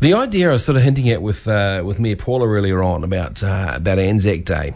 The idea I was sort of hinting at with uh, with Mayor Paula earlier on about uh, about Anzac Day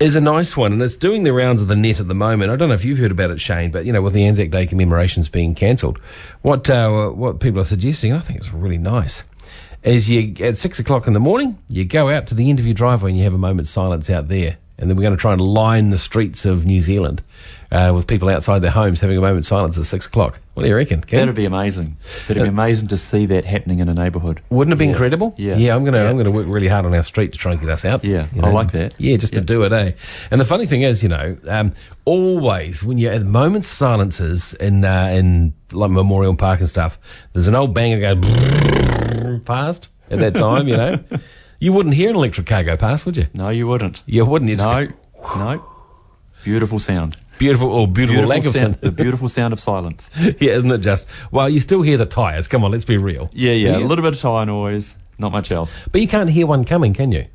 is a nice one, and it's doing the rounds of the net at the moment. I don't know if you've heard about it, Shane, but you know, with the Anzac Day commemorations being cancelled, what uh, what people are suggesting, I think it's really nice. Is you at six o'clock in the morning, you go out to the end of your driveway and you have a moment's silence out there, and then we're going to try and line the streets of New Zealand uh, with people outside their homes having a moment's silence at six o'clock. What do you reckon? Ken? That'd be amazing. That'd be amazing to see that happening in a neighbourhood. Wouldn't it be incredible? Yeah. yeah. I'm gonna I'm gonna work really hard on our street to try and get us out. Yeah, I like that. Yeah, just to do it, eh? And the funny thing is, you know, um, always when you're at moments silences in uh, in like Memorial Park and stuff, there's an old banger goes past at that time. You know, you wouldn't hear an electric car go past, would you? No, you wouldn't. You wouldn't. You'd just No, go, no. Beautiful sound. Beautiful or beautiful, Beautiful lack of sound, sound. the beautiful sound of silence. yeah, isn't it just? Well, you still hear the tyres. Come on, let's be real. Yeah, yeah. A little bit of tire noise, not much else. But you can't hear one coming, can you?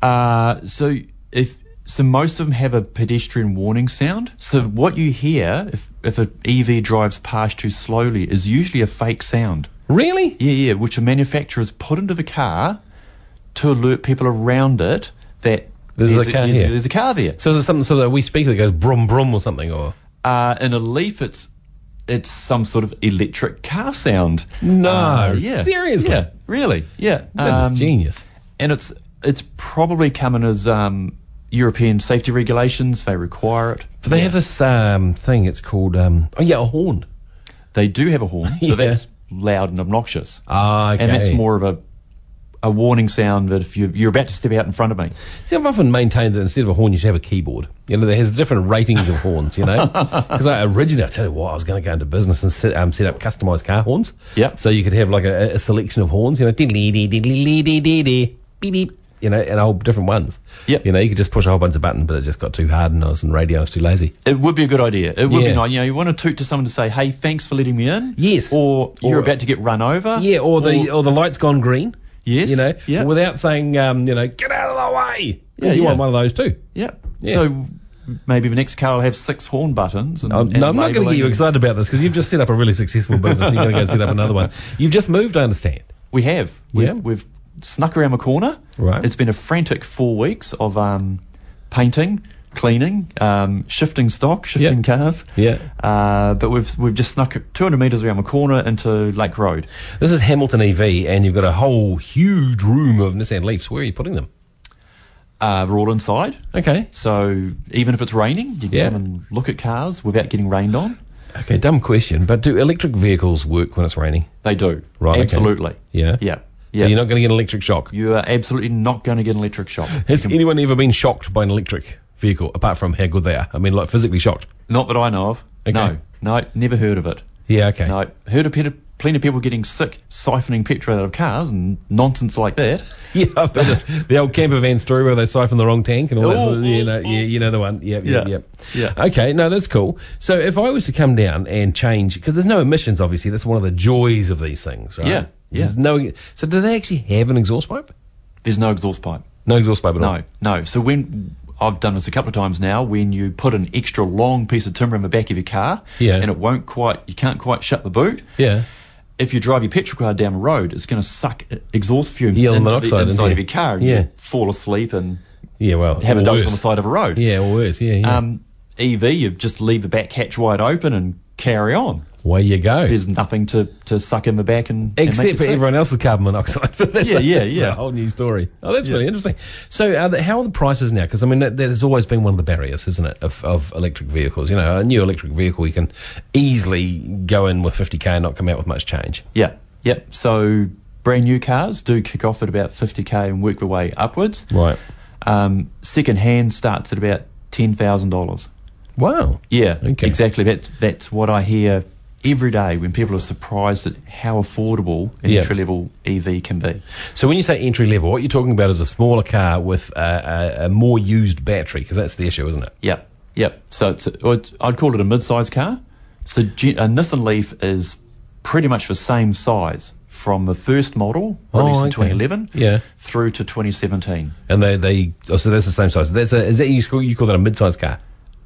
Uh, so if so, most of them have a pedestrian warning sound. So what you hear if if an EV drives past too slowly is usually a fake sound. Really? Yeah, yeah. Which a manufacturer's put into the car to alert people around it that There's a car there's, here. there's a car there. So is it something sort of a wee speaker that goes brum brum or something, or Uh, in a leaf, it's it's some sort of electric car sound. No, Uh, yeah, seriously? yeah, really, yeah. that's Um, genius. And it's it's probably coming as um, European safety regulations. They require it. But they have this um, thing. It's called um, oh yeah, a horn. They do have a horn, Yeah. but that's loud and obnoxious. Ah, okay. And that's more of a a warning sound that if you you're about to step out in front of me. See, I've often maintained that instead of a horn, you should have a keyboard. You know, there has different ratings of horns. You know, because I originally, I tell you what, I was going to go into business and set, um, set up customized car horns. Yep. So you could have like a, a selection of horns. You know, diddly dee diddly lee dee dee dee beep beep. You know, and whole different ones. Yep. You know, you could just push a whole bunch of buttons, but it just got too hard, and I was in radio. I was too lazy. It would be a good idea. It would Yeah. be nice. You know, you want to toot to someone to say, "Hey, thanks for letting me in." Yes. Or you're Or- about to get run over. Yeah, or the or, the light's gone green. Yes, you know, yeah. without saying, um, you know, get out of the way. 'Cause Yeah, you want yeah. one of those too. Yep. Yeah. So maybe the next car will have six horn buttons. And, Um, and no, I'm not going to get labelling. you excited about this because you've just set up a really successful business. and You're going to go set up another one. You've just moved, I understand. We have. We've, Yeah. we've snuck around the corner. Right. It's been a frantic four weeks of um, painting, cleaning, um, shifting stock, shifting Yeah. cars. Yeah. Uh, but we've we've just snuck 200 metres around the corner into Lake Road. This is Hamilton EV, and you've got a whole huge room of Nissan Leafs. Where are you putting them? Uh, we're all inside. Okay, So even if it's raining, you can Yeah. come and look at cars without getting rained on. okay, dumb question, but do electric vehicles work when it's raining? They do. Right, okay. Absolutely. Yeah, Yeah. So Yeah. you're not going to get an electric shock. You are absolutely not going to get an electric shock. Has anyone ever been shocked by an electric vehicle apart from how good they are? I mean, like physically shocked. Not that I know of. Okay. No, no, never heard of it. Yeah, okay. No, heard of plenty, plenty of people getting sick, siphoning petrol out of cars and nonsense like that. Yeah, I've been to the old camper van story where they siphon the wrong tank and all that sort of, Ooh, you ooh, know, yeah, you know the one. Yep, yep, Yeah, yep. yeah. Okay, no, that's cool. So if I was to come down and change, because there's no emissions, obviously, that's one of the joys of these things, right? Yeah, yeah. There's no, so do they actually have an exhaust pipe? There's no exhaust pipe. No exhaust pipe at all. No, no. So when I've done this a couple of times now, when you put an extra long piece of timber in the back of your car, Yeah. and it won't quite, you can't quite shut the boot. Yeah. If you drive your petrol car down the road, it's going to suck e- exhaust fumes Yeah, the into monoxide, the isn't inside it? of your car, and Yeah. you fall asleep and Yeah, well. have a or dose worse. on the side of a road. Yeah, or worse, yeah, yeah. Um, EV, you just leave the back hatch wide open and carry on. Way you go. There's nothing to, to suck in the back and and make Except you for sick. everyone else's carbon monoxide. But that's Yeah, a, yeah, that's yeah. a whole new story. Oh, that's really interesting. So, uh, how are the prices now? Because I mean, that, that has always been one of the barriers, isn't it, of, of electric vehicles? You know, a new electric vehicle you can easily go in with 50k and not come out with much change. Yeah, yep. So brand new cars do kick off at about 50k and work their way upwards. Right. Um, second hand starts at about ten thousand dollars. Wow. Yeah, Okay. exactly. That's that's what I hear every day when people are surprised at how affordable an Yeah. entry level EV can be. So when you say entry level, what you're talking about is a smaller car with a, a, a more used battery, because that's the issue, isn't it? Yep, yep. So it's, or it's- I'd call it a mid-sized car. So Gen- a Nissan Leaf is pretty much the same size from the first model released in Oh, okay. 2011 Yeah. through to 2017. And they, they oh, so that's the same size. That's a, is that you call, you call that a mid-sized car?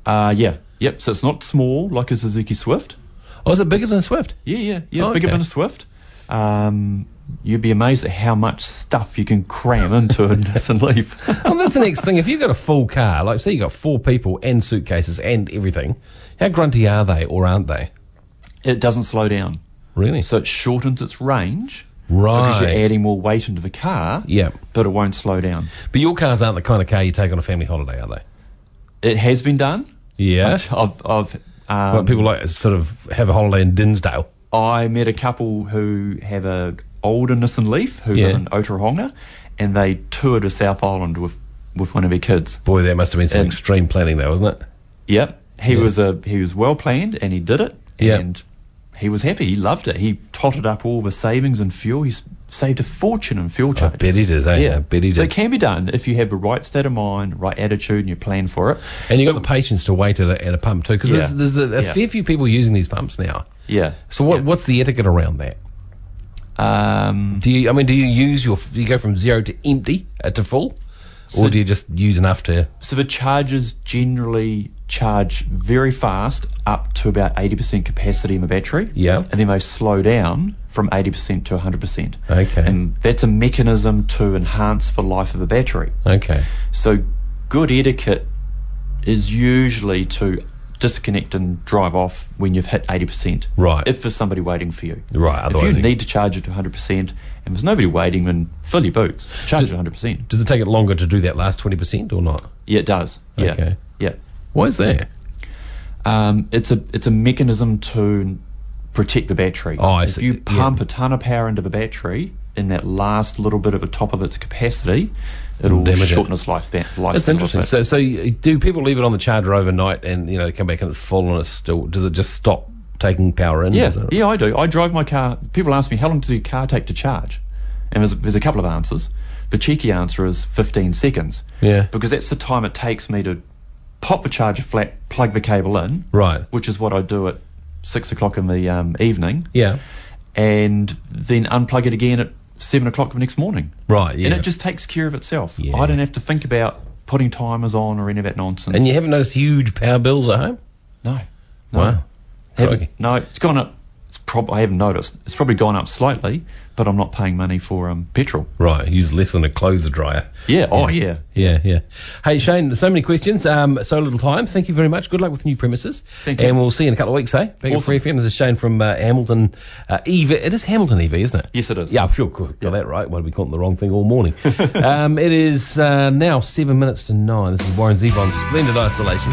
Uh, yeah, yep. So it's not small like a Suzuki Swift. Oh, is it bigger than a Swift? Yeah, yeah, yeah. Oh, Bigger okay. than a Swift. Um, you'd be amazed at how much stuff you can cram into a Nissan Leaf. Well, Oh, that's the next thing. If you've got a full car, like say you've got four people and suitcases and everything, how grunty are they or aren't they? it doesn't slow down, Really? so it shortens its range. Because right. you're adding more weight into the car, Yeah. but it won't slow down. but your cars aren't the kind of car you take on a family holiday, are they? It has been done. Yeah. I've, I've um, But people like sort of have a holiday in Dinsdale. I met a couple who have a older Nissan Leaf who Yeah. live in Otorohanga, and they toured to South Island with with one of their kids. Boy, that must have been some And- extreme planning, though, wasn't it? Yep, he was a he was well planned and he did it. Yeah. and he was happy. He loved it. He totted up all the savings in fuel. He's saved a fortune in fuel I charges. bet it is, eh? I bet it is. so it can be done if you have the right state of mind, right attitude, and you plan for it. and you've got the patience to wait at a, at a pump, too, because Oh. Yeah. there's, there's a, a Yeah. fair few people using these pumps now. Yeah. So what, what's the etiquette around that? Um, Do you? I mean, do you use your? Do you go from zero to empty uh, to full, or do you just use enough to? So the chargers generally charge very fast up to about 80% capacity in the battery. Yeah. And then they slow down from 80% to 100%. Okay. And that's a mechanism to enhance the life of a battery. Okay. So good etiquette is usually to disconnect and drive off when you've hit 80%. Right. If there's somebody waiting for you. Right, If you otherwise it- need to charge it to 100% and there's nobody waiting, then fill your boots. Charge it 100%. Does it take it longer to do that last twenty percent or not? Yeah, it does. Yeah. Okay. Yeah. Why is that? Um, it's a it's a mechanism to protect the battery. Oh, I if see. you Yeah. pump a ton of power into the battery in that last little bit of the top of its capacity, it'll Damage it. shorten its life lifespan. That's a little interesting. bit. So, so you- do people leave it on the charger overnight and you know they come back and it's full and it's still? Does it just stop taking power in? yeah, Is it- yeah, I do. I drive my car. People ask me how long does your car take to charge, and there's there's a couple of answers. The cheeky answer is 15 seconds. Yeah. because that's the time it takes me to pop the charger flat, plug the cable in, Right. which is what I do at six o'clock in the um, evening. Yeah. and then unplug it again at seven o'clock the next morning. Right. Yeah. And it just takes care of itself. Yeah. I don't have to think about putting timers on or any of that nonsense. and you haven't noticed huge power bills at home? no, no, Wow. Haven't- crikey. no, it's gone up. It's prob- I haven't noticed. It's probably gone up slightly, but I'm not paying money for um, petrol. Right. Use less than a clothes dryer. Yeah. Oh, yeah. Yeah, yeah. Hey, Shane, so many questions, um, so little time. Thank you very much. Good luck with new premises. Thank you. And we'll see you in a couple of weeks, eh? Back at Awesome. Free FM. This is Shane from uh, Hamilton uh, EV. It is Hamilton EV, isn't it? Yes, it is. Yeah, I feel good. Got that right. Why did we call it the wrong thing all morning? um, it is uh, now seven minutes to nine. This is Warren Zevon's Splendid Isolation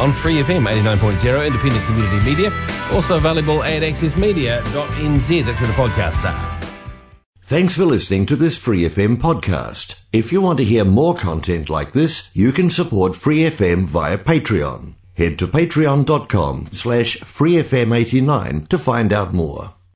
on Free FM 89.0, independent community media. Also available at accessmedia.nz. That's where the podcasts are. Thanks for listening to this Free FM podcast. If you want to hear more content like this, you can support Free FM via Patreon. Head to patreon.com slash freefm89 to find out more.